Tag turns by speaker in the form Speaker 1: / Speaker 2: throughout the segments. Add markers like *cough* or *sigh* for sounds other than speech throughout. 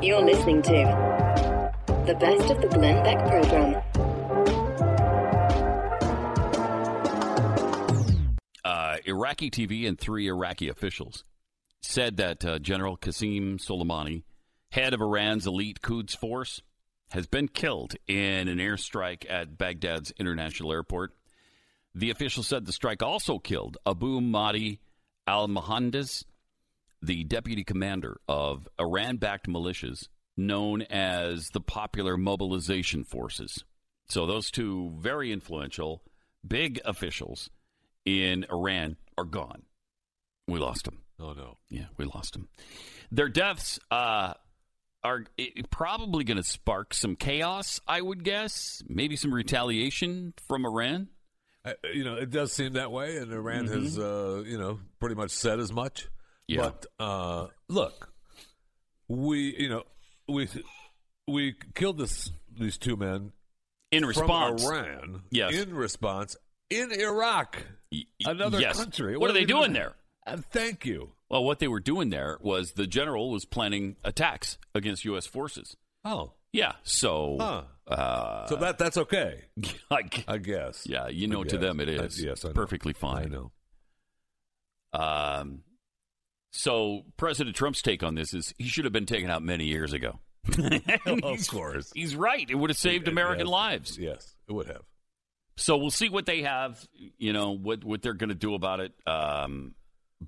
Speaker 1: You're listening to the best of the Glenn Beck program.
Speaker 2: uh, Iraqi TV and three Iraqi officials said that uh, General Qasem Soleimani, head of Iran's elite Quds force, has been killed in an airstrike at Baghdad's international airport. The official said the strike also killed Abu Mahdi al Mohandes, the deputy commander of Iran backed militias known as the Popular Mobilization Forces. So, those two very influential, big officials in Iran are gone. We lost them.
Speaker 3: Oh no.
Speaker 2: Yeah, we lost them. Their deaths uh, are i probably going to spark some chaos, I would guess. Maybe some retaliation from Iran.
Speaker 3: I, you know, it does seem that way, and Iran has, uh, you know, pretty much said as much.
Speaker 2: Mm-hmm. Yeah.
Speaker 3: But uh, look, we, you know, we we killed this these two men
Speaker 2: In response,
Speaker 3: from Iran.
Speaker 2: Yes.
Speaker 3: In response, in Iraq,
Speaker 2: Y- y-
Speaker 3: another
Speaker 2: yes.
Speaker 3: country.
Speaker 2: What, are they
Speaker 3: we
Speaker 2: doing there?
Speaker 3: Uh, thank you.
Speaker 2: Well, what they were doing there was the general was planning attacks against U.S. forces.
Speaker 3: Oh,
Speaker 2: Yeah, so
Speaker 3: Huh.
Speaker 2: uh, *laughs*
Speaker 3: so that that's okay,
Speaker 2: like,
Speaker 3: I guess.
Speaker 2: yeah, you know,
Speaker 3: I
Speaker 2: to
Speaker 3: guess.
Speaker 2: them it
Speaker 3: I-
Speaker 2: is
Speaker 3: yes, I know.
Speaker 2: perfectly fine.
Speaker 3: I
Speaker 2: *laughs*
Speaker 3: know.
Speaker 2: Um, so President Trump's take on this is he should have been taken out many years ago.
Speaker 3: *laughs* of course.
Speaker 2: He's right. It would have saved American
Speaker 3: Yes.
Speaker 2: lives.
Speaker 3: Yes, it would have.
Speaker 2: So we'll see what they have, you know, what, what they're going to do about it. Um,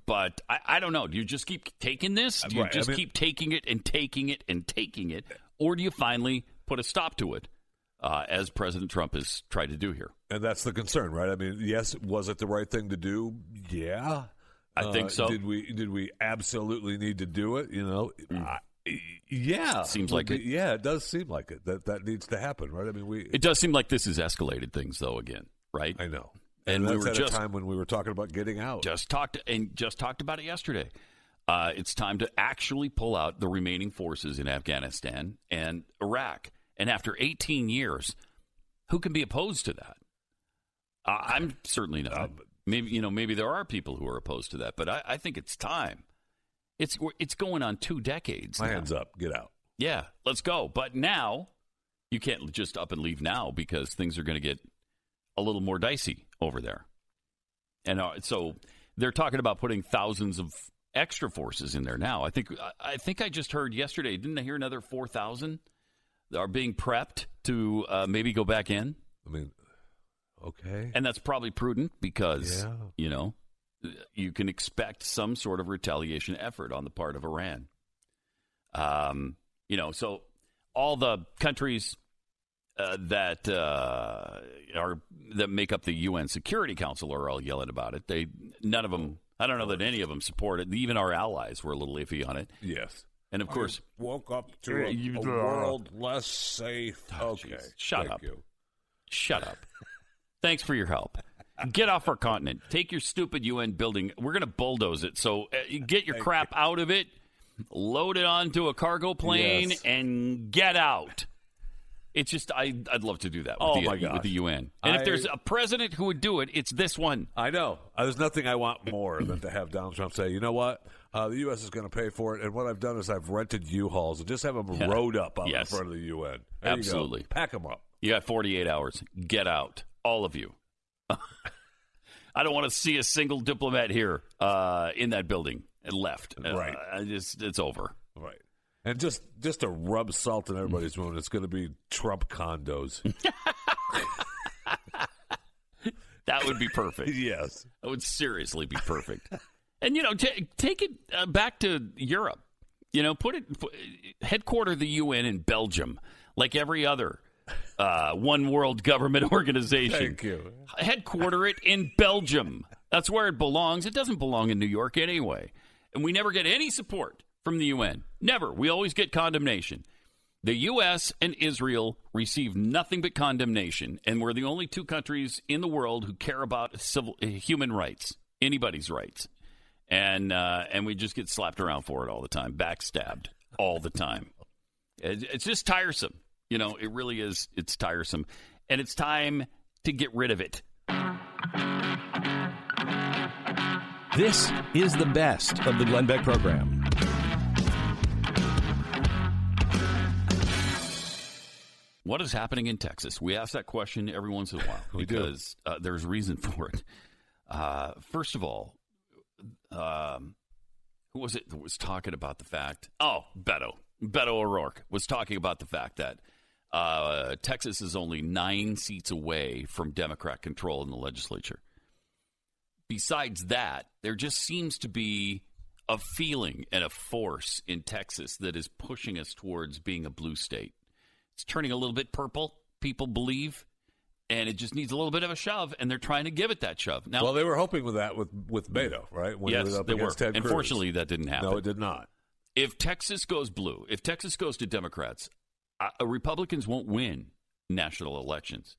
Speaker 2: but I, I don't know. Do you just keep taking this? Do you
Speaker 3: Right, I
Speaker 2: just
Speaker 3: mean-
Speaker 2: keep taking it and taking it and taking it? Or do you finally put a stop to it, uh, as President Trump has tried to do here?
Speaker 3: And that's the concern, right? I mean, yes, was it the right thing to do? Yeah, Uh,
Speaker 2: I think so.
Speaker 3: Did we did we absolutely need to do it? You know, I- yeah,
Speaker 2: Mm. Seems like it.
Speaker 3: Yeah, it does seem like it. That that needs to happen, right? I mean, we.
Speaker 2: It does seem like this has escalated things, though, again, right?
Speaker 3: I know,
Speaker 2: And we
Speaker 3: that's
Speaker 2: were
Speaker 3: at
Speaker 2: just-
Speaker 3: a time when we were talking about getting out.
Speaker 2: just talked and just talked about it yesterday. Uh, it's time to actually pull out the remaining forces in Afghanistan and Iraq. And after 18 years, who can be opposed to that? Uh, I'm certainly not.
Speaker 3: Uh,
Speaker 2: maybe you know, maybe there are people who are opposed to that, but I, I think it's time. It's we're- it's going on two decades.
Speaker 3: My
Speaker 2: now.
Speaker 3: hands up, get out.
Speaker 2: Yeah, let's go. But now you can't just up and leave now because things are going to get a little more dicey over there. And uh, so they're talking about putting thousands of extra forces in there now. I think I- I think I just heard yesterday. Didn't I hear another four thousand are being prepped to uh, maybe go back in?
Speaker 3: I mean, okay,
Speaker 2: And that's probably prudent because
Speaker 3: Yeah.
Speaker 2: you know you can expect some sort of retaliation effort on the part of Iran. Um, you know, so all the countries uh, that uh, are that make up the UN Security Council are all yelling about it. They none of them. I don't know that any of them support it. Even our allies were a little iffy on it.
Speaker 3: yes,
Speaker 2: And of course,
Speaker 3: woke up
Speaker 2: to a- You- a world
Speaker 3: less safe.
Speaker 2: Oh,
Speaker 3: okay,
Speaker 2: jeez. Shut
Speaker 3: Thank
Speaker 2: up.
Speaker 3: you.
Speaker 2: Shut up. Thanks for your help. Get off our continent. Take your stupid UN building. We're going to bulldoze it. So uh, you get your crap out of it, load it onto a cargo plane,
Speaker 3: Yes.
Speaker 2: and get out. It's just I, I'd love to do that. With
Speaker 3: Oh,
Speaker 2: the,
Speaker 3: my
Speaker 2: with
Speaker 3: gosh.
Speaker 2: the UN. And if
Speaker 3: I-
Speaker 2: there's a president who would do it, it's this one.
Speaker 3: I know. Uh, there's nothing I want more than to have Donald Trump say, you know what? Uh, the U.S. is going to pay for it. And what I've done is I've rented U-Hauls and just have them
Speaker 2: Yeah.
Speaker 3: rowed up out
Speaker 2: Yes.
Speaker 3: in front of the U.N.
Speaker 2: Absolutely.
Speaker 3: You go. Pack them up.
Speaker 2: You got 48 hours. Get out, all of you. *laughs* I don't want to see a single diplomat here uh, in that building and left. Uh,
Speaker 3: Right.
Speaker 2: I just it's over.
Speaker 3: Right. And just just to rub salt in everybody's wound, it's going to be Trump condos. *laughs*
Speaker 2: That would be
Speaker 3: *laughs*
Speaker 2: perfect.
Speaker 3: yes.
Speaker 2: That would seriously be perfect. *laughs* and you know, t- take it uh, back to Europe. You know, put it put, headquarter the UN in Belgium, like every other uh, one world government *laughs* organization.
Speaker 3: Thank you.
Speaker 2: Headquarter it in Belgium. That's where it belongs. It doesn't belong in New York anyway. And we never get any support from the UN. Never. We always get condemnation. The U.S. and Israel receive nothing but condemnation, and we're the only two countries in the world who care about civil uh, human rights, anybody's rights, and uh, and we just get slapped around for it all the time, backstabbed all the time. It- it's just tiresome, you know. It really is. It's tiresome, and it's time to get rid of it.
Speaker 4: This is the best of the Glenn Beck program.
Speaker 2: What is happening in Texas? We ask that question every once in a while
Speaker 3: *laughs* We do.
Speaker 2: because uh, there's reason *laughs* for it. Uh, first of all, um, who was it that was talking about the fact? Oh, Beto. Beto O'Rourke was talking about the fact that uh, Texas is only nine seats away from Democrat control in the legislature. Besides that, there just seems to be a feeling and a force in Texas that is pushing us towards being a blue state. It's turning a little bit purple, people believe, and it just needs a little bit of a shove, and they're trying to give it that shove. Now,
Speaker 3: Well, they were hoping with that with with Beto, right? When he was
Speaker 2: yes,
Speaker 3: up
Speaker 2: they were.
Speaker 3: against Ted Cruz.
Speaker 2: Unfortunately, that didn't happen
Speaker 3: no, it did not.
Speaker 2: if Texas goes blue, if Texas goes to Democrats, uh, Republicans won't win national elections.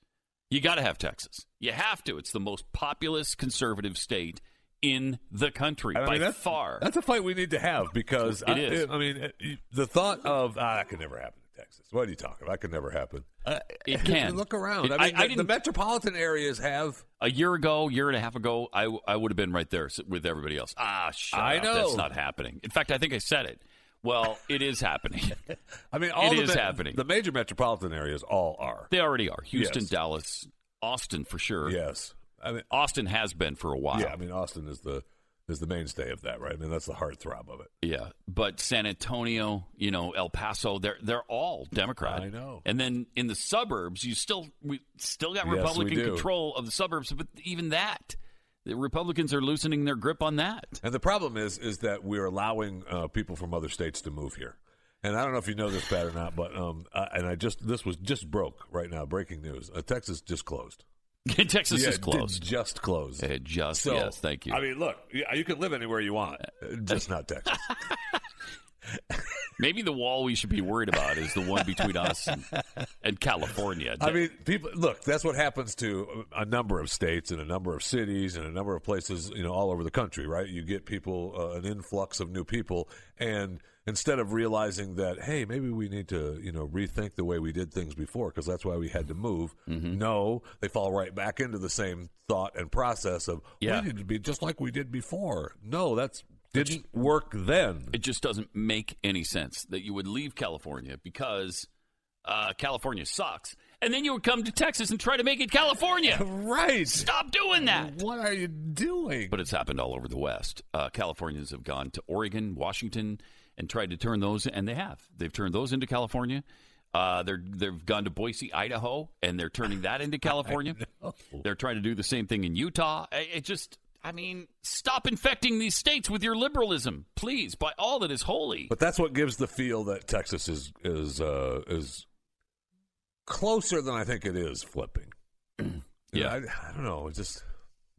Speaker 2: You got to have Texas. You have to. It's the most populous conservative state in the country
Speaker 3: And I
Speaker 2: by
Speaker 3: mean, that's,
Speaker 2: far.
Speaker 3: That's a fight we need to have because
Speaker 2: It
Speaker 3: I,
Speaker 2: is.
Speaker 3: I mean, it- the thought of ah, that could never happen in Texas. What are you talking about? That could never happen.
Speaker 2: Uh, it can
Speaker 3: Look
Speaker 2: It-
Speaker 3: around. I mean, the- the
Speaker 2: didn't-
Speaker 3: metropolitan areas have
Speaker 2: a year ago, year and a half ago, I, w- I would have been right there s- with everybody else. Ah, shut
Speaker 3: I
Speaker 2: up.
Speaker 3: know.
Speaker 2: That's not happening. In fact, I think I said it. Well, it is happening. *laughs*
Speaker 3: I mean, all
Speaker 2: It
Speaker 3: the
Speaker 2: is happening.
Speaker 3: The major metropolitan areas all are.
Speaker 2: they already are. Houston,
Speaker 3: Yes.
Speaker 2: Dallas, Austin for sure.
Speaker 3: Yes, I mean,
Speaker 2: Austin has been for a while.
Speaker 3: yeah. I mean, Austin is the is the mainstay of that, right? I mean, that's the heartthrob of it.
Speaker 2: Yeah, but San Antonio, you know, El Paso, they're they're all Democrat.
Speaker 3: I know.
Speaker 2: And then in the suburbs, you still we still got
Speaker 3: Yes, we
Speaker 2: Republican
Speaker 3: do.
Speaker 2: control of the suburbs, but even that, the Republicans are loosening their grip on that. *laughs*
Speaker 3: And the problem is, is that we're allowing uh, people from other states to move here. And I don't know if you know this Pat or not, but um, I, and I just this was just broke right now, breaking news. Uh, Texas just closed.
Speaker 2: Texas
Speaker 3: Yeah,
Speaker 2: is
Speaker 3: it
Speaker 2: closed.
Speaker 3: did Just closed.
Speaker 2: It just
Speaker 3: So,
Speaker 2: yes, thank you. Eh,
Speaker 3: I mean, look, you, you can live anywhere you want, uh, just not Texas.
Speaker 2: Maybe the wall we should be worried about is the one between us
Speaker 3: *laughs*
Speaker 2: and, and California.
Speaker 3: I mean, people look. That's what happens to a number of states and a number of cities and a number of places, you know, all over the country. Right? You get people uh, an influx of new people, and instead of realizing that, hey, maybe we need to, you know, rethink the way we did things before because that's why we had to move.
Speaker 2: Mm-hmm.
Speaker 3: No, they fall right back into the same thought and process of
Speaker 2: Yeah.
Speaker 3: we need to be just like we did before. No, that's didn't work then.
Speaker 2: it just doesn't make any sense that you would leave California because uh, California sucks, and then you would come to Texas and try to make it California.
Speaker 3: Right.
Speaker 2: Stop doing that.
Speaker 3: What are you doing?
Speaker 2: But it's happened all over the West. Uh, Californians have gone to Oregon, Washington, and tried to turn those, and they have. They've turned those into California. Uh, they're they've gone to Boise, Idaho, and they're turning that *laughs* into California.
Speaker 3: *laughs*
Speaker 2: They're trying to do the same thing in Utah. I- It, just, I mean, stop infecting these states with your liberalism, please, by all that is holy.
Speaker 3: But that's what gives the feel that Texas is is uh, is closer than I think it is flipping. You know,
Speaker 2: *clears throat* Yeah.
Speaker 3: I, I don't know. It's just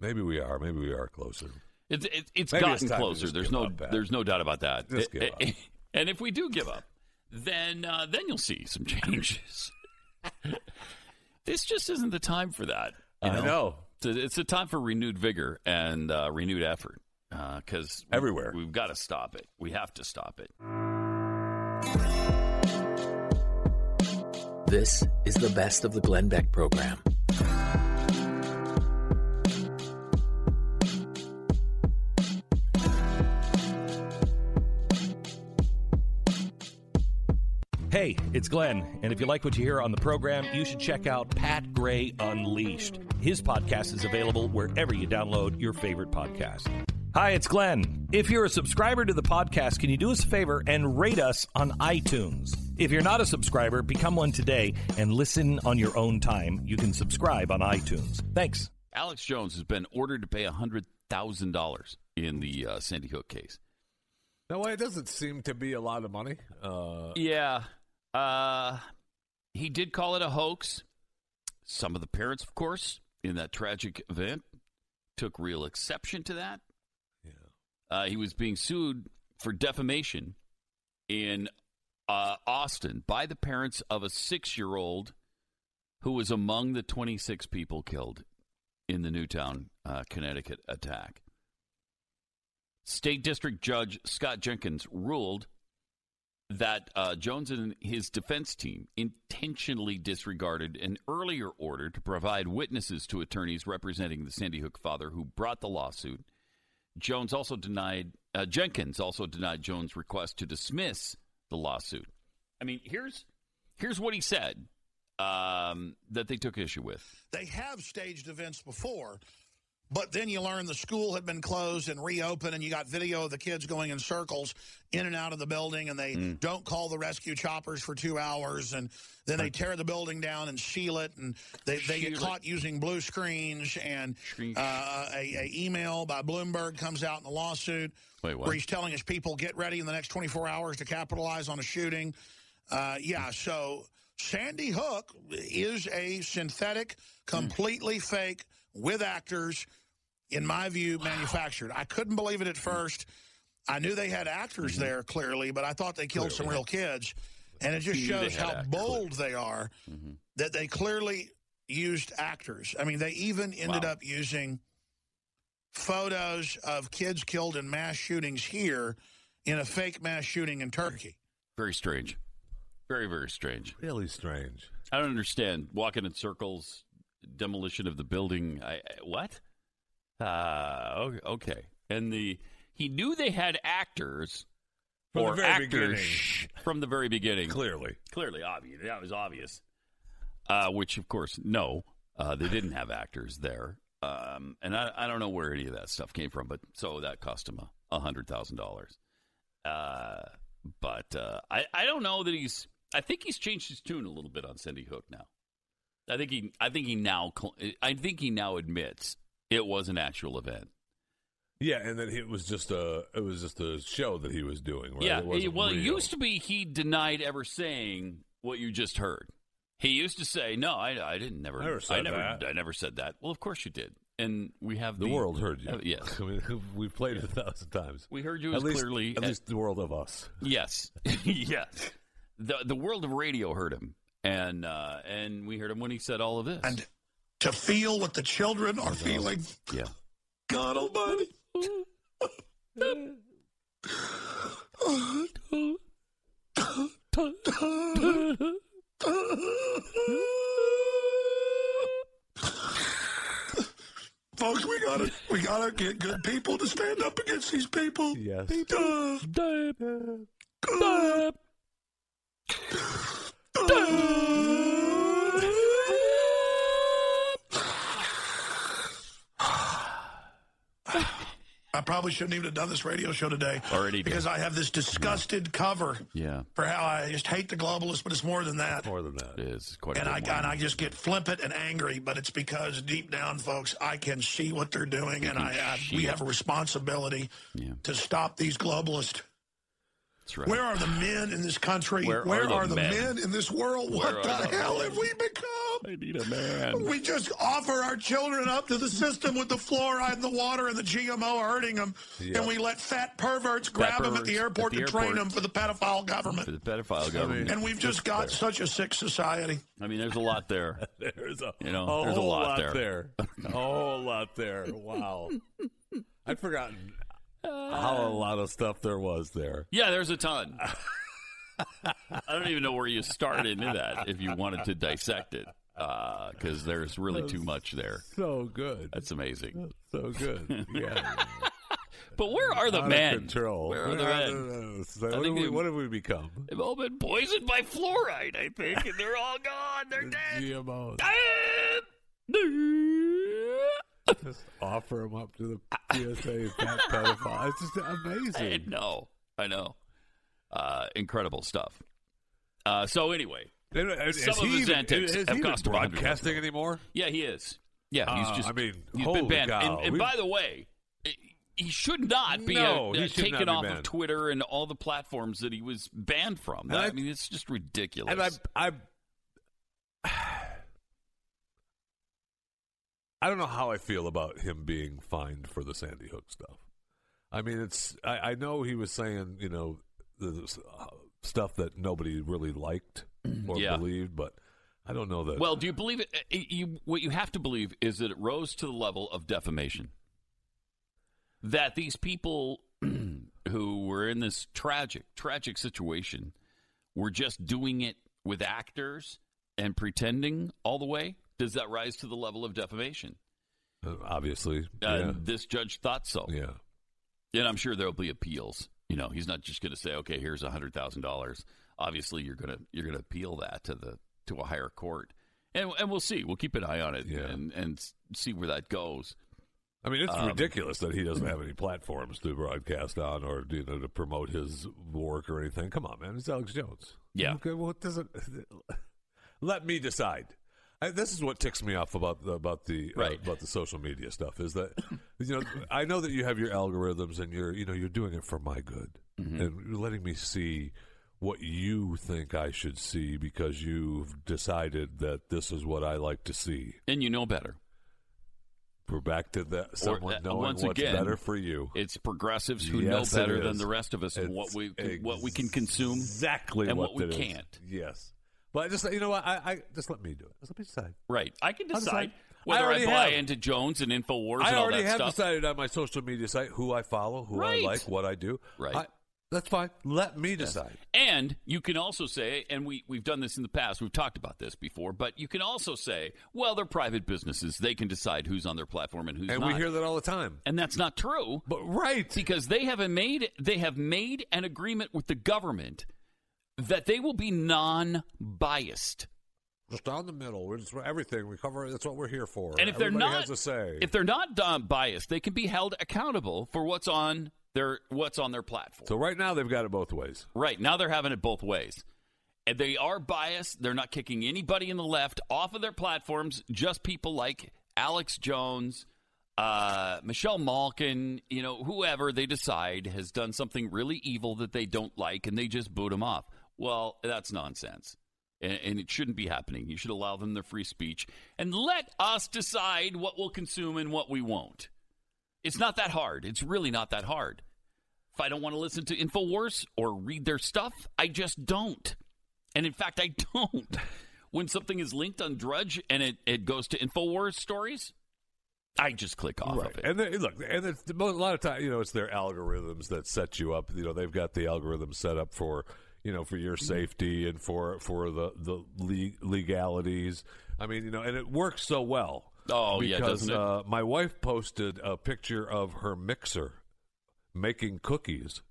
Speaker 3: maybe we are. Maybe we are closer.
Speaker 2: It, it, it's
Speaker 3: Maybe it's
Speaker 2: gotten
Speaker 3: time to
Speaker 2: closer.
Speaker 3: just
Speaker 2: There's
Speaker 3: give
Speaker 2: no
Speaker 3: up, Pat.
Speaker 2: there's no doubt about that.
Speaker 3: Just give
Speaker 2: Eh,
Speaker 3: up.
Speaker 2: eh, *laughs* And if we do give up, then uh, then you'll see some *laughs* changes. this just isn't the time for that. you
Speaker 3: I know.
Speaker 2: It's a, it's a time for renewed vigor and uh, renewed effort because
Speaker 3: Everywhere.
Speaker 2: we've got to stop it. We have to stop it.
Speaker 4: This is the best of the Glenn Beck program.
Speaker 5: Hey, it's Glenn, and if you like what you hear on the program, you should check out Pat Gray Unleashed. His podcast is available wherever you download your favorite podcast. Hi, it's Glenn. If you're a subscriber to the podcast, can you do us a favor and rate us on iTunes? If you're not a subscriber, become one today and listen on your own time. You can subscribe on iTunes. Thanks.
Speaker 2: Alex Jones has been ordered to pay hundred thousand dollars in the uh, Sandy Hook case.
Speaker 3: No way. It doesn't seem to be a lot of money. Uh,
Speaker 2: Yeah. Uh, he did call it a hoax. Some of the parents, of course, in that tragic event took real exception to that. Uh, he was being sued for defamation in uh, Austin by the parents of a six year old who was among the 26 people killed in the Newtown, uh, Connecticut attack. State District Judge Scott Jenkins ruled that uh, Jones and his defense team intentionally disregarded an earlier order to provide witnesses to attorneys representing the Sandy Hook father who brought the lawsuit. Jones also denied uh, Jenkins also denied Jones' request to dismiss the lawsuit. I mean, here's here's what he said um, that they took issue with.
Speaker 6: They have staged events before, but then you learn the school had been closed and reopened, and you got video of the kids going in circles in and out of the building, and they
Speaker 2: Hmm.
Speaker 6: don't call the rescue choppers for two hours, and then they tear the building down and seal it, and they, they
Speaker 2: Seal
Speaker 6: get
Speaker 2: it.
Speaker 6: caught using blue screens, and
Speaker 2: Screen-
Speaker 6: uh, a, a email by Bloomberg comes out in the lawsuit
Speaker 2: Wait, what?
Speaker 6: where he's telling his people get ready in the next 24 hours to capitalize on a shooting. Uh, yeah, so Sandy Hook is a synthetic, completely fake, with actors, in my view, manufactured. I couldn't believe
Speaker 2: Hmm.
Speaker 6: it at first. I knew they had actors
Speaker 2: Mm-hmm.
Speaker 6: there, clearly, but I thought they killed some real kids. And it just
Speaker 2: You knew they
Speaker 6: shows
Speaker 2: had
Speaker 6: how
Speaker 2: actors, Mm-hmm.
Speaker 6: bold they are that they clearly used actors. I mean, they even ended
Speaker 2: Wow.
Speaker 6: up using photos of kids killed in mass shootings here in a fake mass shooting in Turkey.
Speaker 2: Very strange. Very, very strange.
Speaker 3: Really strange.
Speaker 2: I don't understand. Walking in circles, demolition of the building. I, I what? Uh, o- okay. And the he knew they had actors
Speaker 3: From the
Speaker 2: or
Speaker 3: very
Speaker 2: actors
Speaker 3: beginning.
Speaker 2: from the very beginning.
Speaker 3: Clearly.
Speaker 2: Clearly, obvious. That was obvious. Uh, which, of course, no, uh, they didn't have actors there, um, and I, I don't know where any of that stuff came from. But so that cost him a hundred thousand dollars. Uh, but uh, I, I don't know that he's. I think he's changed his tune a little bit on Cindy Hook now. I think he. I think he now. cl- I think he now admits it was an actual event.
Speaker 3: Yeah, and that it was just a it was just a show that he was doing. Right?
Speaker 2: Yeah,
Speaker 3: It
Speaker 2: he-
Speaker 3: wasn't
Speaker 2: well, it
Speaker 3: real.
Speaker 2: used to be he denied ever saying what you just heard. He used to say, "No, I, I didn't never,
Speaker 3: Never said
Speaker 2: I never,
Speaker 3: that."
Speaker 2: I never said that." Well, of course you did, and we have
Speaker 3: the, world heard you.
Speaker 2: uh, yes,
Speaker 3: *laughs* I mean, we've played it a thousand times.
Speaker 2: we heard you
Speaker 3: at
Speaker 2: as
Speaker 3: least,
Speaker 2: clearly
Speaker 3: at least the world of us.
Speaker 2: Yes, *laughs* yes. The the world of radio heard him, and uh, and we heard him when he said all of this.
Speaker 6: And to feel what the children are feeling,
Speaker 2: yeah,
Speaker 6: God almighty. Folks, we gotta we gotta get good people to stand up against these people.
Speaker 3: Yes.
Speaker 6: Uh, I probably shouldn't even have done this radio show today.
Speaker 2: Already did.
Speaker 6: because I have this disgusted cover
Speaker 2: yeah.
Speaker 6: for how I just hate the globalists, but it's more than that.
Speaker 3: More than that.
Speaker 2: It is quite.
Speaker 6: And
Speaker 2: a
Speaker 6: I
Speaker 2: bit
Speaker 6: and
Speaker 2: more.
Speaker 6: I just get flippant and angry, but it's because deep down, folks, I can see what they're doing, and I, I we have a responsibility
Speaker 2: Yeah.
Speaker 6: to stop these globalists.
Speaker 2: That's right.
Speaker 6: Where are the men in this country?
Speaker 2: Where are the men?
Speaker 6: in this world?
Speaker 2: Where
Speaker 6: what the
Speaker 2: are the
Speaker 6: hell
Speaker 2: men?
Speaker 6: have we become?
Speaker 2: I need a man.
Speaker 6: We just offer our children up to the system with the fluoride and the water and the GMO hurting them,
Speaker 3: Yeah.
Speaker 6: and we let fat perverts grab them at
Speaker 2: perverts
Speaker 6: the
Speaker 2: at
Speaker 6: airport
Speaker 2: the
Speaker 6: to train
Speaker 2: airport.
Speaker 6: them for the pedophile
Speaker 2: for
Speaker 6: government.
Speaker 2: the pedophile government.
Speaker 6: And we've just got such a sick society.
Speaker 2: I mean, there's a lot there.
Speaker 3: *laughs* There's a,
Speaker 2: You know,
Speaker 3: a
Speaker 2: there's a
Speaker 3: whole
Speaker 2: lot there. *laughs*
Speaker 3: lot, there. a whole lot there. Wow. I'd forgotten how a lot of stuff there was there.
Speaker 2: Yeah, there's a ton. *laughs* I don't even know where you start into that if you wanted to dissect it, because there's really too much there.
Speaker 3: So good.
Speaker 2: That's amazing.
Speaker 3: So
Speaker 2: *laughs*
Speaker 3: good. Yeah.
Speaker 2: But where are the
Speaker 3: Out
Speaker 2: men?
Speaker 3: Of control.
Speaker 2: Where are the men?
Speaker 3: So what,
Speaker 2: think
Speaker 3: have we,
Speaker 2: they-
Speaker 3: what have we become?
Speaker 2: They've all been poisoned by fluoride, I think, and they're all gone. They're
Speaker 3: *laughs*
Speaker 2: dead.
Speaker 3: GMOs. Just offer them up to the
Speaker 2: *laughs*
Speaker 3: PSA fat pedophile. It's just
Speaker 2: I
Speaker 3: amazing.
Speaker 2: know. I know. Uh, incredible stuff. Uh, so anyway,
Speaker 3: And- and Is,
Speaker 2: Some of his
Speaker 3: even-
Speaker 2: antics
Speaker 3: is
Speaker 2: have
Speaker 3: he even
Speaker 2: cost him a hundred
Speaker 3: broadcasting anymore?
Speaker 2: Yeah, he is. Yeah, he's
Speaker 3: Uh,
Speaker 2: just.
Speaker 3: I mean,
Speaker 2: he's been
Speaker 3: holy
Speaker 2: banned.
Speaker 3: cow.
Speaker 2: and and
Speaker 3: We-
Speaker 2: by the way, eh, he should not be
Speaker 3: No,
Speaker 2: uh,
Speaker 3: he
Speaker 2: uh,
Speaker 3: should not
Speaker 2: taken
Speaker 3: be
Speaker 2: off of
Speaker 3: banned.
Speaker 2: Twitter and all the platforms that he was banned from.
Speaker 3: And
Speaker 2: I,
Speaker 3: I-
Speaker 2: mean, it's just ridiculous.
Speaker 3: And I, I, *sighs* I don't know how I feel about him being fined for the Sandy Hook stuff. I mean, it's I, I know he was saying you know the, the uh, stuff that nobody really liked or
Speaker 2: Mm-hmm. Yeah.
Speaker 3: believed, but I don't know that.
Speaker 2: well, do you believe it? uh, You, what you have to believe is that it rose to the level of defamation. That these people *clears throat* who were in this tragic, tragic situation were just doing it with actors and pretending all the way. Does that rise to the level of defamation?
Speaker 3: uh, obviously,
Speaker 2: Uh, This judge thought so.
Speaker 3: yeah, yeah.
Speaker 2: And I'm sure there'll be appeals. You know, he's not just going to say, "Okay, here's a hundred thousand dollars." Obviously, you're gonna you're gonna appeal that to the to a higher court. And, and we'll see. We'll keep an eye on it
Speaker 3: Yeah.
Speaker 2: and, and s- see where that goes.
Speaker 3: I mean, it's
Speaker 2: Um,
Speaker 3: ridiculous that he doesn't have any platforms to broadcast on or you know to promote his work or anything. Come on, man, it's Alex Jones.
Speaker 2: Yeah.
Speaker 3: Okay, well, it doesn't. Let me decide. I, this is what ticks me off about the, about the uh,
Speaker 2: Right.
Speaker 3: about the social media stuff is that you know I know that you have your algorithms and you're you know you're doing it for my good
Speaker 2: Mm-hmm.
Speaker 3: and you're letting me see what you think I should see because you've decided that this is what I like to see.
Speaker 2: And you know better.
Speaker 3: We're back to that. Someone
Speaker 2: uh,
Speaker 3: knowing
Speaker 2: once
Speaker 3: what's
Speaker 2: again,
Speaker 3: better for you.
Speaker 2: It's progressives who
Speaker 3: Yes, it
Speaker 2: know better than
Speaker 3: is.
Speaker 2: the rest of us and what
Speaker 3: It's
Speaker 2: we can, what we can consume.
Speaker 3: exactly,
Speaker 2: and what we
Speaker 3: that is.
Speaker 2: can't.
Speaker 3: Yes, but I just you know what? I, I just let me do it. Just let me decide.
Speaker 2: Right. I can
Speaker 3: I'll
Speaker 2: decide
Speaker 3: decide.
Speaker 2: whether
Speaker 3: I
Speaker 2: I,
Speaker 3: already
Speaker 2: buy
Speaker 3: have.
Speaker 2: into Jones and Infowars
Speaker 3: I
Speaker 2: and all
Speaker 3: already
Speaker 2: that
Speaker 3: have
Speaker 2: stuff.
Speaker 3: decided on my social media site who I follow, who
Speaker 2: Right.
Speaker 3: I like, what I do.
Speaker 2: Right.
Speaker 3: I- that's fine. Let me decide.
Speaker 2: And you can also say, and we, we've done this in the past, we've talked about this before, but you can also say, well, they're private businesses. They can decide who's on their platform and who's
Speaker 3: and
Speaker 2: not.
Speaker 3: we hear that all the time.
Speaker 2: and that's not true
Speaker 3: But right.
Speaker 2: because they haven't made they have made an agreement with the government that they will be non-biased.
Speaker 3: just down the middle. We're just everything we cover. That's what we're here for.
Speaker 2: And if they're
Speaker 3: Everybody
Speaker 2: not
Speaker 3: has a say.
Speaker 2: if they're not uh, biased, they can be held accountable for what's on their what's on their platform.
Speaker 3: so right now they've got it both ways.
Speaker 2: Right. Now they're having it both ways. And they are biased. They're not kicking anybody in the left off of their platforms, just people like Alex Jones, uh, Michelle Malkin, you know, whoever they decide has done something really evil that they don't like and they just boot them off. Well, that's nonsense. And, and it shouldn't be happening. You should allow them their free speech and let us decide what we'll consume and what we won't. It's not that hard. It's really not that hard. If I don't want to listen to InfoWars or read their stuff, I just don't. And in fact, I don't. When something is linked on Drudge and it, it goes to InfoWars stories, I just click off
Speaker 3: right.
Speaker 2: of it.
Speaker 3: And they, look, and it's, the mo- a lot of time, you know, it's their algorithms that set you up. You know, they've got the algorithm set up for, you know, for
Speaker 2: Mm-hmm.
Speaker 3: your safety and for for the the le- legalities. I mean, you know, and it works so well.
Speaker 2: Oh, yeah,
Speaker 3: because,
Speaker 2: doesn't it?
Speaker 3: Uh, my wife posted a picture of her mixer making cookies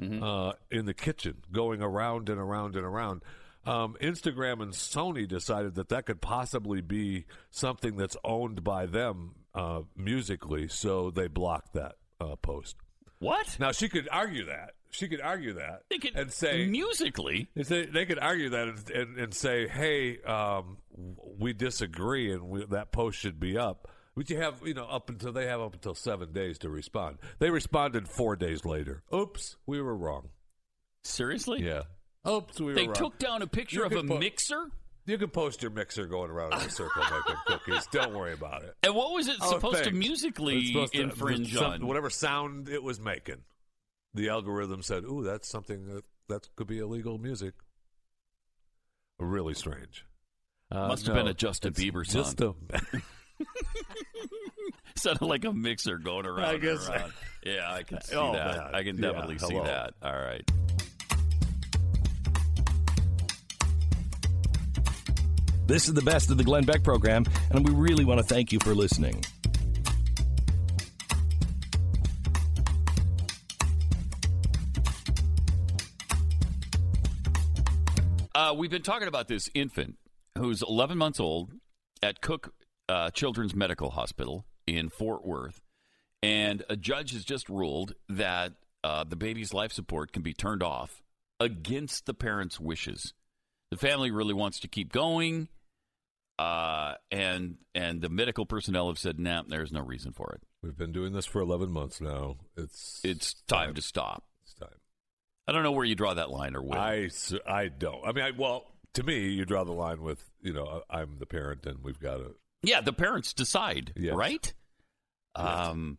Speaker 2: Mm-hmm.
Speaker 3: uh, in the kitchen, going around and around and around. Um, Instagram and Sony decided that that could possibly be something that's owned by them uh, musically, so they blocked that uh, post.
Speaker 2: what?
Speaker 3: Now she could argue that she could argue that
Speaker 2: They could-
Speaker 3: and say
Speaker 2: musically.
Speaker 3: they say- they could argue that and, and, and say, "Hey, um, w- we disagree, and we, that post should be up." But you have, you know, up until they have up until seven days to respond. They responded four days later. Oops, we were wrong.
Speaker 2: Seriously?
Speaker 3: Yeah. Oops, we were
Speaker 2: They
Speaker 3: wrong.
Speaker 2: took down a picture
Speaker 3: You
Speaker 2: of
Speaker 3: could
Speaker 2: a
Speaker 3: put-
Speaker 2: mixer?
Speaker 3: you can post your mixer going around in a circle making
Speaker 2: *laughs*
Speaker 3: cookies. Don't worry about it.
Speaker 2: And what was it
Speaker 3: Oh,
Speaker 2: supposed to
Speaker 3: thanks.
Speaker 2: musically
Speaker 3: It's supposed to-
Speaker 2: infringe
Speaker 3: some-
Speaker 2: on?
Speaker 3: Whatever sound it was making, the algorithm said, "Ooh, that's something that that could be illegal music." Really strange. Uh,
Speaker 2: Must have been a Justin
Speaker 3: it's
Speaker 2: Bieber
Speaker 3: just a-
Speaker 2: *laughs*
Speaker 3: *laughs*
Speaker 2: Sounded like a mixer going around.
Speaker 3: I
Speaker 2: and
Speaker 3: guess-
Speaker 2: around. Yeah, I can
Speaker 3: *laughs*
Speaker 2: see
Speaker 3: Oh,
Speaker 2: that.
Speaker 3: man.
Speaker 2: I can
Speaker 3: Yeah,
Speaker 2: definitely see
Speaker 3: hello.
Speaker 2: that. All right.
Speaker 5: This is the best of the Glenn Beck program, and we really want to thank you for listening.
Speaker 2: Uh, we've been talking about this infant who's 11 months old at Cook uh, Children's Medical Hospital in Fort Worth. And a judge has just ruled that uh, the baby's life support can be turned off against the parents' wishes. The family really wants to keep going. Uh, and and the medical personnel have said, nah, there's no reason for it.
Speaker 3: We've been doing this for eleven months now. It's
Speaker 2: It's time to stop.
Speaker 3: It's time.
Speaker 2: I don't know where you draw that line or where.
Speaker 3: I, s- I don't. I mean, I, well, to me, you draw the line with you know I- I'm the parent and we've got to
Speaker 2: Yeah, the parents decide,
Speaker 3: Yes.
Speaker 2: right? Um,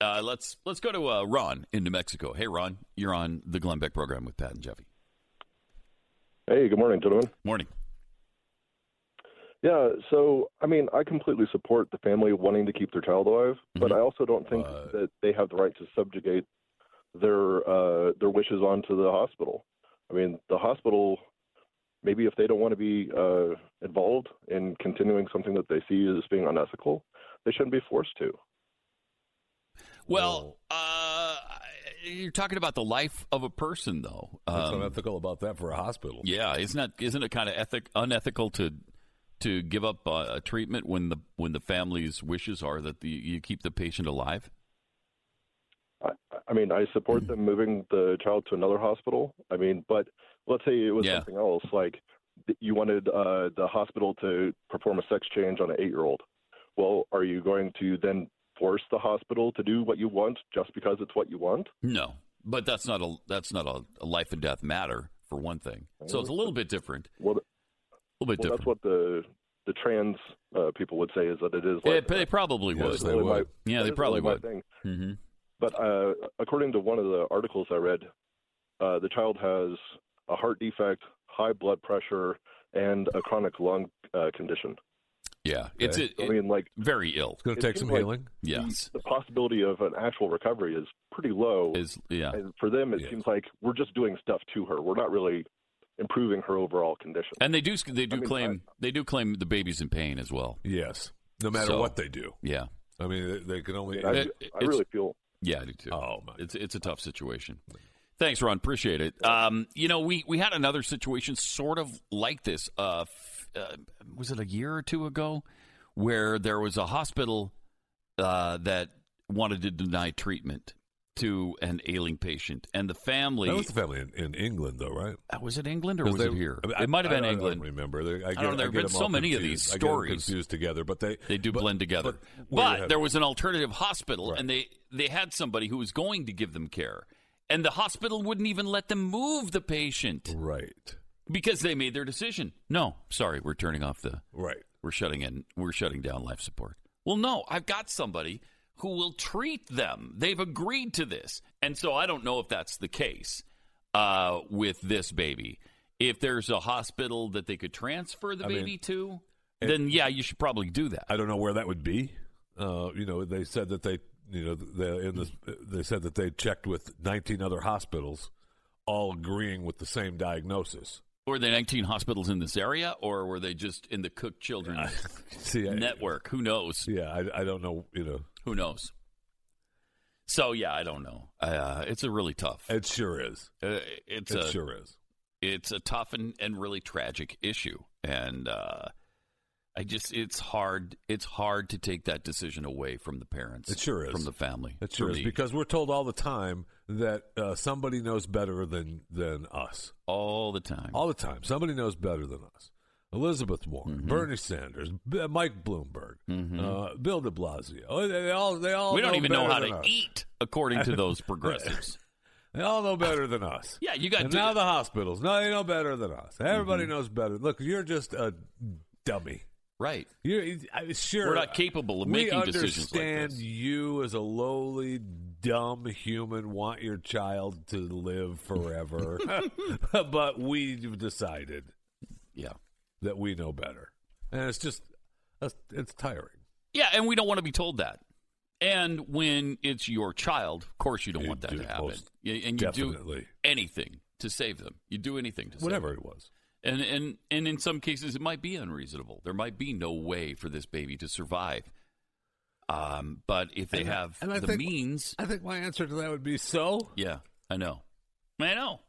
Speaker 2: uh, let's let's go to uh, Ron in New Mexico. Hey, Ron, you're on the Glenn Beck program with Pat and Jeffy.
Speaker 7: Hey, good morning, gentlemen.
Speaker 2: Morning.
Speaker 7: Yeah, so I mean, I completely support the family wanting to keep their child alive, but I also don't think
Speaker 3: But-
Speaker 7: that they have the right to subjugate their uh, their wishes onto the hospital. I mean, the hospital maybe if they don't want to be uh, involved in continuing something that they see as being unethical, they shouldn't be forced to.
Speaker 2: Well, uh, you're talking about the life of a person, though.
Speaker 3: What's
Speaker 2: Um,
Speaker 3: unethical about that for a hospital?
Speaker 2: yeah, isn't that isn't it kind of ethic unethical to to give up uh, a treatment when the when the family's wishes are that the, you keep the patient alive?
Speaker 7: I, I mean, I
Speaker 2: Mm-hmm.
Speaker 7: support them moving the child to another hospital. I mean, but let's say it was
Speaker 2: Yeah.
Speaker 7: something else, like th- you wanted uh, the hospital to perform a sex change on an eight-year-old. Well, are you going to then force the hospital to do what you want just because it's what you want?
Speaker 2: No, but that's not a that's not a, a life and death matter for one thing. So it's a little bit different.
Speaker 7: Well, th-
Speaker 2: A little bit
Speaker 7: well that's
Speaker 2: different.
Speaker 7: what the the trans uh, people would say is that it is.
Speaker 2: Yeah,
Speaker 7: life-
Speaker 2: they probably
Speaker 3: Yes,
Speaker 2: would.
Speaker 3: they
Speaker 7: really
Speaker 3: would.
Speaker 7: my-
Speaker 2: Yeah,
Speaker 7: that
Speaker 2: they
Speaker 7: is
Speaker 2: probably
Speaker 7: really my
Speaker 2: would.
Speaker 7: thing.
Speaker 2: hmm
Speaker 7: But uh, according to one of the articles I read, uh, the child has a heart defect, high blood pressure, and a chronic lung uh, condition.
Speaker 2: Yeah, it's it,
Speaker 7: I
Speaker 2: it-
Speaker 7: mean, like
Speaker 2: very ill.
Speaker 3: It's going
Speaker 7: It
Speaker 3: to take some
Speaker 7: seems like-
Speaker 3: healing.
Speaker 2: Yes,
Speaker 7: the possibility of an actual recovery is pretty low.
Speaker 2: is uh, yeah.
Speaker 7: and for them, it
Speaker 3: Yeah.
Speaker 7: seems like we're just doing stuff to her. We're not really improving her overall condition.
Speaker 2: And they do they do
Speaker 7: I mean,
Speaker 2: claim they do claim the baby's in pain as well.
Speaker 3: Yes. No matter
Speaker 2: So-
Speaker 3: what they do.
Speaker 2: Yeah,
Speaker 3: I mean, they, they can only.
Speaker 7: I,
Speaker 2: It-
Speaker 7: I
Speaker 2: uh, it's-
Speaker 7: really feel
Speaker 2: yeah, I do
Speaker 7: Uh,
Speaker 2: too.
Speaker 3: oh, my.
Speaker 2: It's it's a tough situation. Thanks, Ron. Appreciate it. Um, you know, we we had another situation sort of like this. Uh, f- uh, was it a year or two ago, where there was a hospital uh, that wanted to deny treatment to an ailing patient, and the family
Speaker 3: That was the family in, in England, though, right?
Speaker 2: Uh, was it England or
Speaker 3: 'Cause
Speaker 2: was
Speaker 3: they-
Speaker 2: it here?
Speaker 3: I mean,
Speaker 2: it might have
Speaker 3: I-
Speaker 2: been
Speaker 3: I- I
Speaker 2: England.
Speaker 3: don't remember. They, I, get,
Speaker 2: know, there have
Speaker 3: get
Speaker 2: been
Speaker 3: them
Speaker 2: so
Speaker 3: all
Speaker 2: many of
Speaker 3: confused.
Speaker 2: these
Speaker 3: I get them
Speaker 2: stories.
Speaker 3: confused together, but they
Speaker 2: They do
Speaker 3: but-
Speaker 2: blend together.
Speaker 3: But, we
Speaker 2: But
Speaker 3: had-
Speaker 2: there was an alternative hospital,
Speaker 3: Right.
Speaker 2: and they they had somebody who was going to give them care, and the hospital wouldn't even let them move the patient
Speaker 3: right,
Speaker 2: because they made their decision. No, sorry, we're turning off the
Speaker 3: right.
Speaker 2: we're shutting in we're shutting down life support. Well, no, I've got somebody who will treat them. They've agreed to this, and so I don't know if that's the case uh, with this baby. If there's a hospital that they could transfer the
Speaker 3: I mean,
Speaker 2: baby to,
Speaker 3: it-
Speaker 2: then yeah, you should probably do that.
Speaker 3: I don't know where that would be. Uh, you know, they said that they, you know, they in this, they said that they checked with 19 other hospitals, all agreeing with the same diagnosis. *laughs*
Speaker 2: Were they 19 hospitals in this area, or were they just in the Cook
Speaker 3: *laughs*
Speaker 2: Children's
Speaker 3: See, I,
Speaker 2: network? Who knows?
Speaker 3: Yeah, I, I don't know. You know,
Speaker 2: Who knows? So yeah, I don't know. Uh, it's a really tough.
Speaker 3: it sure is.
Speaker 2: uh, it's
Speaker 3: It
Speaker 2: a
Speaker 3: sure is.
Speaker 2: it's a tough and, and really tragic issue, and uh, I just it's hard it's hard to take that decision away from the parents.
Speaker 3: It sure is.
Speaker 2: from the family.
Speaker 3: It sure
Speaker 2: from
Speaker 3: is
Speaker 2: the-
Speaker 3: because we're told all the time that uh, somebody knows better than than us.
Speaker 2: all the time.
Speaker 3: All the time. Somebody knows better than us. Elizabeth Warren,
Speaker 2: Mm-hmm.
Speaker 3: Bernie Sanders, B- Mike Bloomberg, uh, Bill De Blasio. Oh, They they all, they all
Speaker 2: we don't even know
Speaker 3: better
Speaker 2: how
Speaker 3: than
Speaker 2: to
Speaker 3: us.
Speaker 2: eat according to
Speaker 3: *laughs*
Speaker 2: those progressives.
Speaker 3: They all know better than us.
Speaker 2: *laughs* Yeah, you got
Speaker 3: And
Speaker 2: to- Mm-hmm.
Speaker 3: now the hospitals. No, they know better than us. Everybody knows better. Look, you're just a dummy.
Speaker 2: right.
Speaker 3: You're I- sure
Speaker 2: We're not capable of
Speaker 3: we
Speaker 2: making decisions like
Speaker 3: understand
Speaker 2: this.
Speaker 3: You as a lowly, dumb human want your child to
Speaker 2: *laughs*
Speaker 3: live forever, *laughs* but we've decided
Speaker 2: Yeah.
Speaker 3: that we know better, and it's just it's it's tiring.
Speaker 2: Yeah, and we don't want to be told that. And when it's your child, of course you don't
Speaker 3: You
Speaker 2: want that
Speaker 3: do,
Speaker 2: to happen.
Speaker 3: most
Speaker 2: Yeah, and you do
Speaker 3: definitely.
Speaker 2: anything to save them. You do anything to
Speaker 3: Whatever
Speaker 2: save
Speaker 3: it was,
Speaker 2: them. And and and in some cases it might be unreasonable. There might be no way for this baby to survive. Um, but if they
Speaker 3: And I-
Speaker 2: have
Speaker 3: and I
Speaker 2: the
Speaker 3: think-
Speaker 2: means,
Speaker 3: I think my answer to that would be so.
Speaker 2: yeah, I know. I know.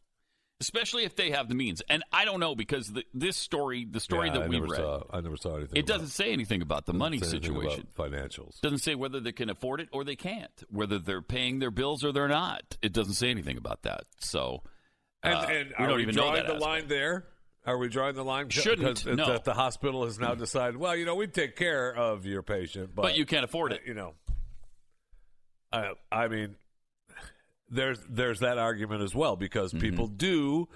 Speaker 2: Especially if they have the means. And I don't know because the, this story, the story
Speaker 3: Yeah,
Speaker 2: that
Speaker 3: I
Speaker 2: we
Speaker 3: never
Speaker 2: read,
Speaker 3: saw. I never saw anything.
Speaker 2: it
Speaker 3: about-
Speaker 2: doesn't say anything about the
Speaker 3: doesn't
Speaker 2: money
Speaker 3: say anything about
Speaker 2: situation.
Speaker 3: financials.
Speaker 2: Doesn't say whether they can afford it or they can't, whether they're paying their bills or they're not. It doesn't say anything about that. So
Speaker 3: And,
Speaker 2: uh,
Speaker 3: and
Speaker 2: we
Speaker 3: are
Speaker 2: don't
Speaker 3: we
Speaker 2: even know
Speaker 3: drawing
Speaker 2: that
Speaker 3: the
Speaker 2: aspect.
Speaker 3: line there? Are we drawing the line?
Speaker 2: Shouldn't,
Speaker 3: because it's
Speaker 2: no.
Speaker 3: that the hospital has now decided. Well, you know, we take care of your patient, but,
Speaker 2: but you can't afford it.
Speaker 3: Uh, You know, I, I mean, there's there's that argument as well because
Speaker 2: Mm-hmm.
Speaker 3: people do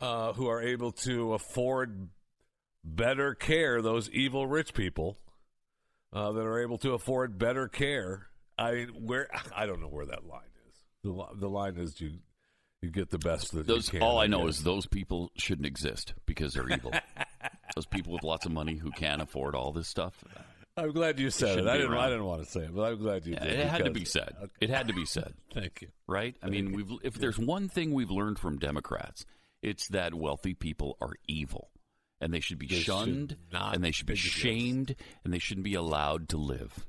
Speaker 3: uh, who are able to afford better care. Those evil rich people uh, that are able to afford better care. I mean, where I don't know where that line is. The, li- the line is you you get the best that
Speaker 2: Those,
Speaker 3: you can.
Speaker 2: all I know
Speaker 3: guess.
Speaker 2: is those people shouldn't exist because they're evil. *laughs* those people with lots of money who can't afford all this stuff.
Speaker 3: I'm glad you said it.
Speaker 2: shouldn't
Speaker 3: I
Speaker 2: be
Speaker 3: didn't. I
Speaker 2: around.
Speaker 3: didn't want to say it, but I'm glad you
Speaker 2: Yeah,
Speaker 3: did.
Speaker 2: it had to
Speaker 3: because-
Speaker 2: be said.
Speaker 3: Okay,
Speaker 2: It had to be said,
Speaker 3: thank you.
Speaker 2: right? I mean, we've if there's one thing we've learned from Democrats, it's that wealthy people are evil and they should be
Speaker 3: They should
Speaker 2: shunned
Speaker 3: not
Speaker 2: and they should be
Speaker 3: exist.
Speaker 2: shamed and they shouldn't be allowed to live.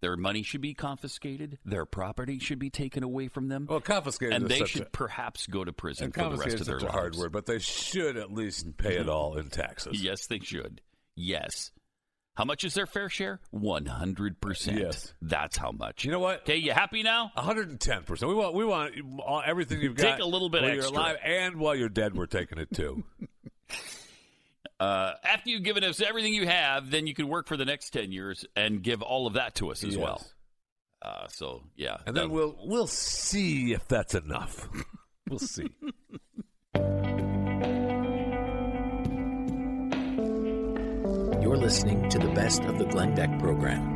Speaker 2: Their money should be confiscated. Their property should be taken away from them.
Speaker 3: Well, confiscated
Speaker 2: and
Speaker 3: is
Speaker 2: they
Speaker 3: such
Speaker 2: should
Speaker 3: a-
Speaker 2: perhaps go to prison
Speaker 3: and
Speaker 2: for the
Speaker 3: confiscate
Speaker 2: rest of
Speaker 3: is
Speaker 2: their
Speaker 3: such a
Speaker 2: lives. Mm-hmm.
Speaker 3: hard word, but they should at least pay it all in taxes.
Speaker 2: Yes, they should. Yes. How much is their fair share? 100%.
Speaker 3: Yes.
Speaker 2: That's how much.
Speaker 3: You know what?
Speaker 2: Okay, you happy now?
Speaker 3: 110 percent. We want we want all- everything you've got.
Speaker 2: Take a little bit
Speaker 3: while
Speaker 2: extra.
Speaker 3: You're alive and while you're dead, we're taking
Speaker 2: *laughs*
Speaker 3: it too.
Speaker 2: Uh, after you've given us everything you have, then you can work for the next 10 years and give all of that to us as
Speaker 3: Yes.
Speaker 2: well. Uh, so, yeah.
Speaker 3: And then
Speaker 2: that-
Speaker 3: we'll we'll see if that's enough.
Speaker 2: *laughs*
Speaker 3: We'll see.
Speaker 4: You're listening to the best of the Glenn Beck program.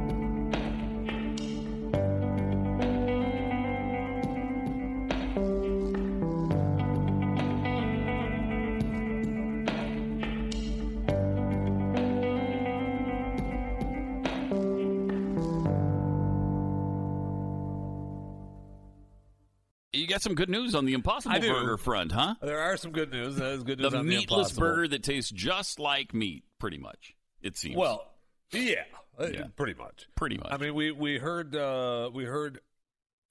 Speaker 2: you got some good news on the Impossible
Speaker 3: I do.
Speaker 2: Burger front, huh?
Speaker 3: there are some good news. That is good
Speaker 2: The
Speaker 3: news on
Speaker 2: meatless
Speaker 3: the
Speaker 2: burger that tastes just like meat, pretty much, it seems.
Speaker 3: Well, yeah, uh,
Speaker 2: Yeah.
Speaker 3: pretty much.
Speaker 2: pretty much.
Speaker 3: I mean, we we heard uh, we heard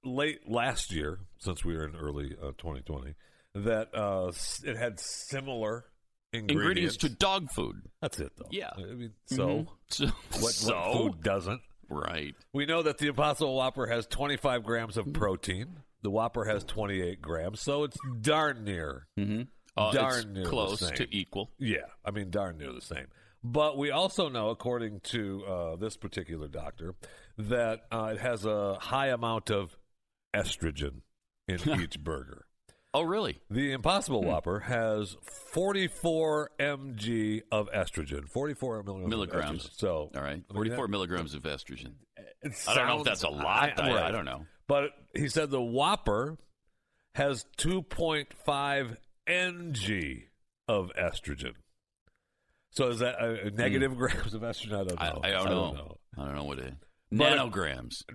Speaker 3: late last year, since we were in early uh, 2020, that uh, s- it had similar
Speaker 2: ingredients
Speaker 3: ingredients.
Speaker 2: to dog food. *laughs*
Speaker 3: that's it, though.
Speaker 2: Yeah.
Speaker 3: I mean,
Speaker 2: Mm-hmm.
Speaker 3: so
Speaker 2: So,
Speaker 3: what,
Speaker 2: so
Speaker 3: what food doesn't?
Speaker 2: right.
Speaker 3: We know that the Impossible Whopper has 25 grams of protein. The Whopper has 28 grams, so it's darn near.
Speaker 2: Uh,
Speaker 3: Darn near
Speaker 2: it's
Speaker 3: the
Speaker 2: close
Speaker 3: same.
Speaker 2: to equal.
Speaker 3: Yeah, I mean, darn near the same. But we also know, according to uh, this particular doctor, that uh, it has a high amount of estrogen
Speaker 2: *laughs*
Speaker 3: in each burger.
Speaker 2: Oh, really?
Speaker 3: The Impossible
Speaker 2: Hmm.
Speaker 3: Whopper has 44 mg of estrogen, 44 milligrams. of
Speaker 2: Milligrams.
Speaker 3: estrogen. So,
Speaker 2: All right.
Speaker 3: I mean,
Speaker 2: 44
Speaker 3: that-
Speaker 2: milligrams of estrogen.
Speaker 3: it
Speaker 2: I don't know if
Speaker 3: sounds-
Speaker 2: that's a lot. I- I
Speaker 3: right.
Speaker 2: don't know.
Speaker 3: But he said the Whopper has 2.5 ng of estrogen. So is that uh, negative grams of estrogen? I don't know.
Speaker 2: Hmm. I, I, don't know. I don't know what it
Speaker 3: But-
Speaker 2: Nanograms.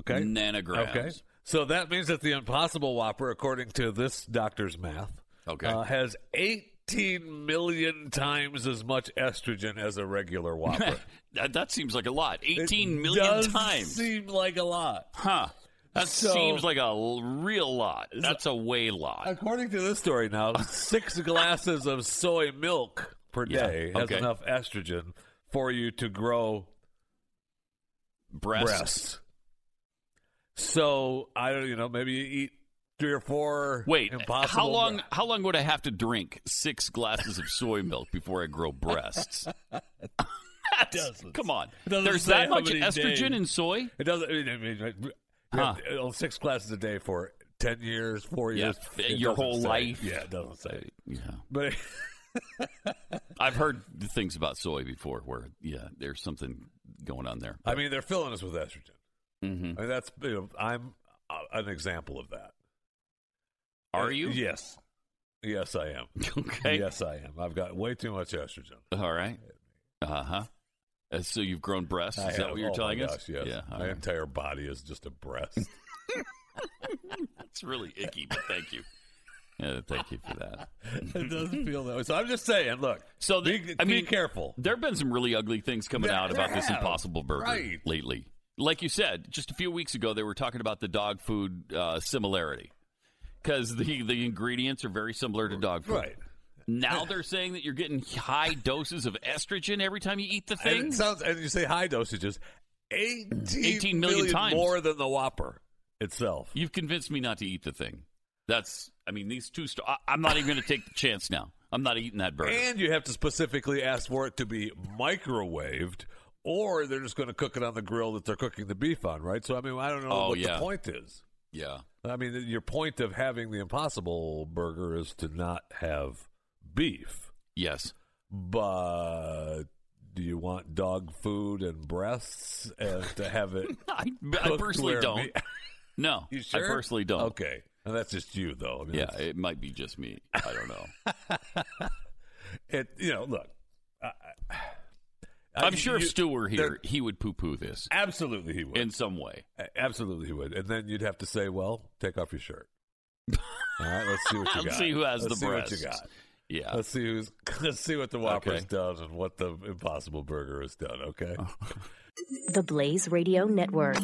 Speaker 3: Okay.
Speaker 2: Nanograms.
Speaker 3: Okay. So that means that the Impossible Whopper, according to this doctor's math,
Speaker 2: Okay.
Speaker 3: uh, has 18 million times as much estrogen as a regular Whopper.
Speaker 2: *laughs* That, that seems like a lot. Eighteen
Speaker 3: It
Speaker 2: million
Speaker 3: does
Speaker 2: times.
Speaker 3: Seem like a lot.
Speaker 2: huh. That
Speaker 3: So-
Speaker 2: seems like a l- real lot. That's a way lot.
Speaker 3: According to this
Speaker 2: *laughs*
Speaker 3: story now, six glasses of soy milk per
Speaker 2: Yeah,
Speaker 3: day
Speaker 2: okay.
Speaker 3: has enough estrogen for you to grow
Speaker 2: Breast.
Speaker 3: breasts. So I don't you know, maybe you eat three or four
Speaker 2: Wait,
Speaker 3: impossible
Speaker 2: how long?
Speaker 3: bre-
Speaker 2: How long would I have to drink six glasses of soy milk before I grow breasts?
Speaker 3: *laughs*
Speaker 2: That's- *laughs* Come on,
Speaker 3: doesn't
Speaker 2: there's
Speaker 3: say
Speaker 2: that
Speaker 3: how
Speaker 2: much
Speaker 3: many
Speaker 2: estrogen
Speaker 3: days.
Speaker 2: in soy.
Speaker 3: it doesn't I mean, I mean,
Speaker 2: Huh.
Speaker 3: uh, six glasses a day for ten years, four
Speaker 2: Yeah, uh,
Speaker 3: years. it
Speaker 2: your
Speaker 3: doesn't
Speaker 2: whole
Speaker 3: say.
Speaker 2: life. Uh,
Speaker 3: Yeah, it doesn't say.
Speaker 2: Yeah,
Speaker 3: But *laughs*
Speaker 2: I've heard the things about soy before where yeah, there's something going on there.
Speaker 3: I mean, they're filling us with estrogen. I mean, that's you know, I'm uh, an example of that.
Speaker 2: Are
Speaker 3: Uh,
Speaker 2: you?
Speaker 3: Yes. Yes, I am.
Speaker 2: *laughs* Okay.
Speaker 3: Yes, I am. I've got way too much estrogen.
Speaker 2: All right. Uh huh. so you've grown breasts? Is
Speaker 3: I
Speaker 2: that
Speaker 3: have-
Speaker 2: what you're
Speaker 3: oh
Speaker 2: telling
Speaker 3: my
Speaker 2: us?
Speaker 3: Gosh, yes.
Speaker 2: Yeah. all
Speaker 3: My
Speaker 2: right.
Speaker 3: entire body is just a *laughs* breast.
Speaker 2: It's really icky, but thank
Speaker 3: *laughs*
Speaker 2: you. Yeah, thank you for that.
Speaker 3: it doesn't feel that way. So I'm just saying, look.
Speaker 2: So the-
Speaker 3: be,
Speaker 2: I
Speaker 3: be
Speaker 2: mean,
Speaker 3: careful.
Speaker 2: There have been some really ugly things coming
Speaker 3: There-
Speaker 2: out about
Speaker 3: there
Speaker 2: this
Speaker 3: have.
Speaker 2: Impossible Burger
Speaker 3: Right.
Speaker 2: lately. Like you said, just a few weeks ago, they were talking about the dog food uh, similarity because the, the ingredients are very similar to dog food.
Speaker 3: Right.
Speaker 2: Now they're saying that you're getting high doses of estrogen every time you eat the
Speaker 3: And
Speaker 2: thing.
Speaker 3: it sounds and you say high dosages, 18,
Speaker 2: 18 million times.
Speaker 3: more than the Whopper itself.
Speaker 2: You've convinced me not to eat the thing. That's, I mean, these two. St- I, I'm not even going to take the chance now. I'm not eating that burger.
Speaker 3: And you have to specifically ask for it to be microwaved, or they're just going to cook it on the grill that they're cooking the beef on, right? So I mean, I don't know
Speaker 2: Oh,
Speaker 3: what
Speaker 2: yeah.
Speaker 3: the point is.
Speaker 2: yeah.
Speaker 3: I mean, your point of having the Impossible Burger is to not have beef,
Speaker 2: Yes.
Speaker 3: but do you want dog food and breasts and to have it?
Speaker 2: I, *laughs* I
Speaker 3: cooked
Speaker 2: personally
Speaker 3: where
Speaker 2: don't.
Speaker 3: me-
Speaker 2: No,
Speaker 3: you sure?
Speaker 2: I personally don't.
Speaker 3: Okay, and that's just you, though. I mean,
Speaker 2: Yeah,
Speaker 3: it's-
Speaker 2: it might be just me. I don't
Speaker 3: *laughs*
Speaker 2: know.
Speaker 3: it. You know, look. I, I,
Speaker 2: I'm sure if
Speaker 3: you-
Speaker 2: Stu were here,
Speaker 3: there-
Speaker 2: he would poo poo this
Speaker 3: absolutely he would.
Speaker 2: in some way.
Speaker 3: A- Absolutely, he would. And then you'd have to say, "Well, take off your shirt." All right, let's see what you
Speaker 2: *laughs* Let's
Speaker 3: got.
Speaker 2: see who has
Speaker 3: Let's
Speaker 2: the
Speaker 3: see what
Speaker 2: breasts.
Speaker 3: you got.
Speaker 2: Yeah.
Speaker 3: Let's see who's. *laughs* Let's see what the Whopper's
Speaker 2: Okay.
Speaker 3: done and what the Impossible Burger has done. Okay.
Speaker 2: Uh-huh.
Speaker 1: The Blaze Radio Network.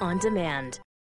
Speaker 1: On demand.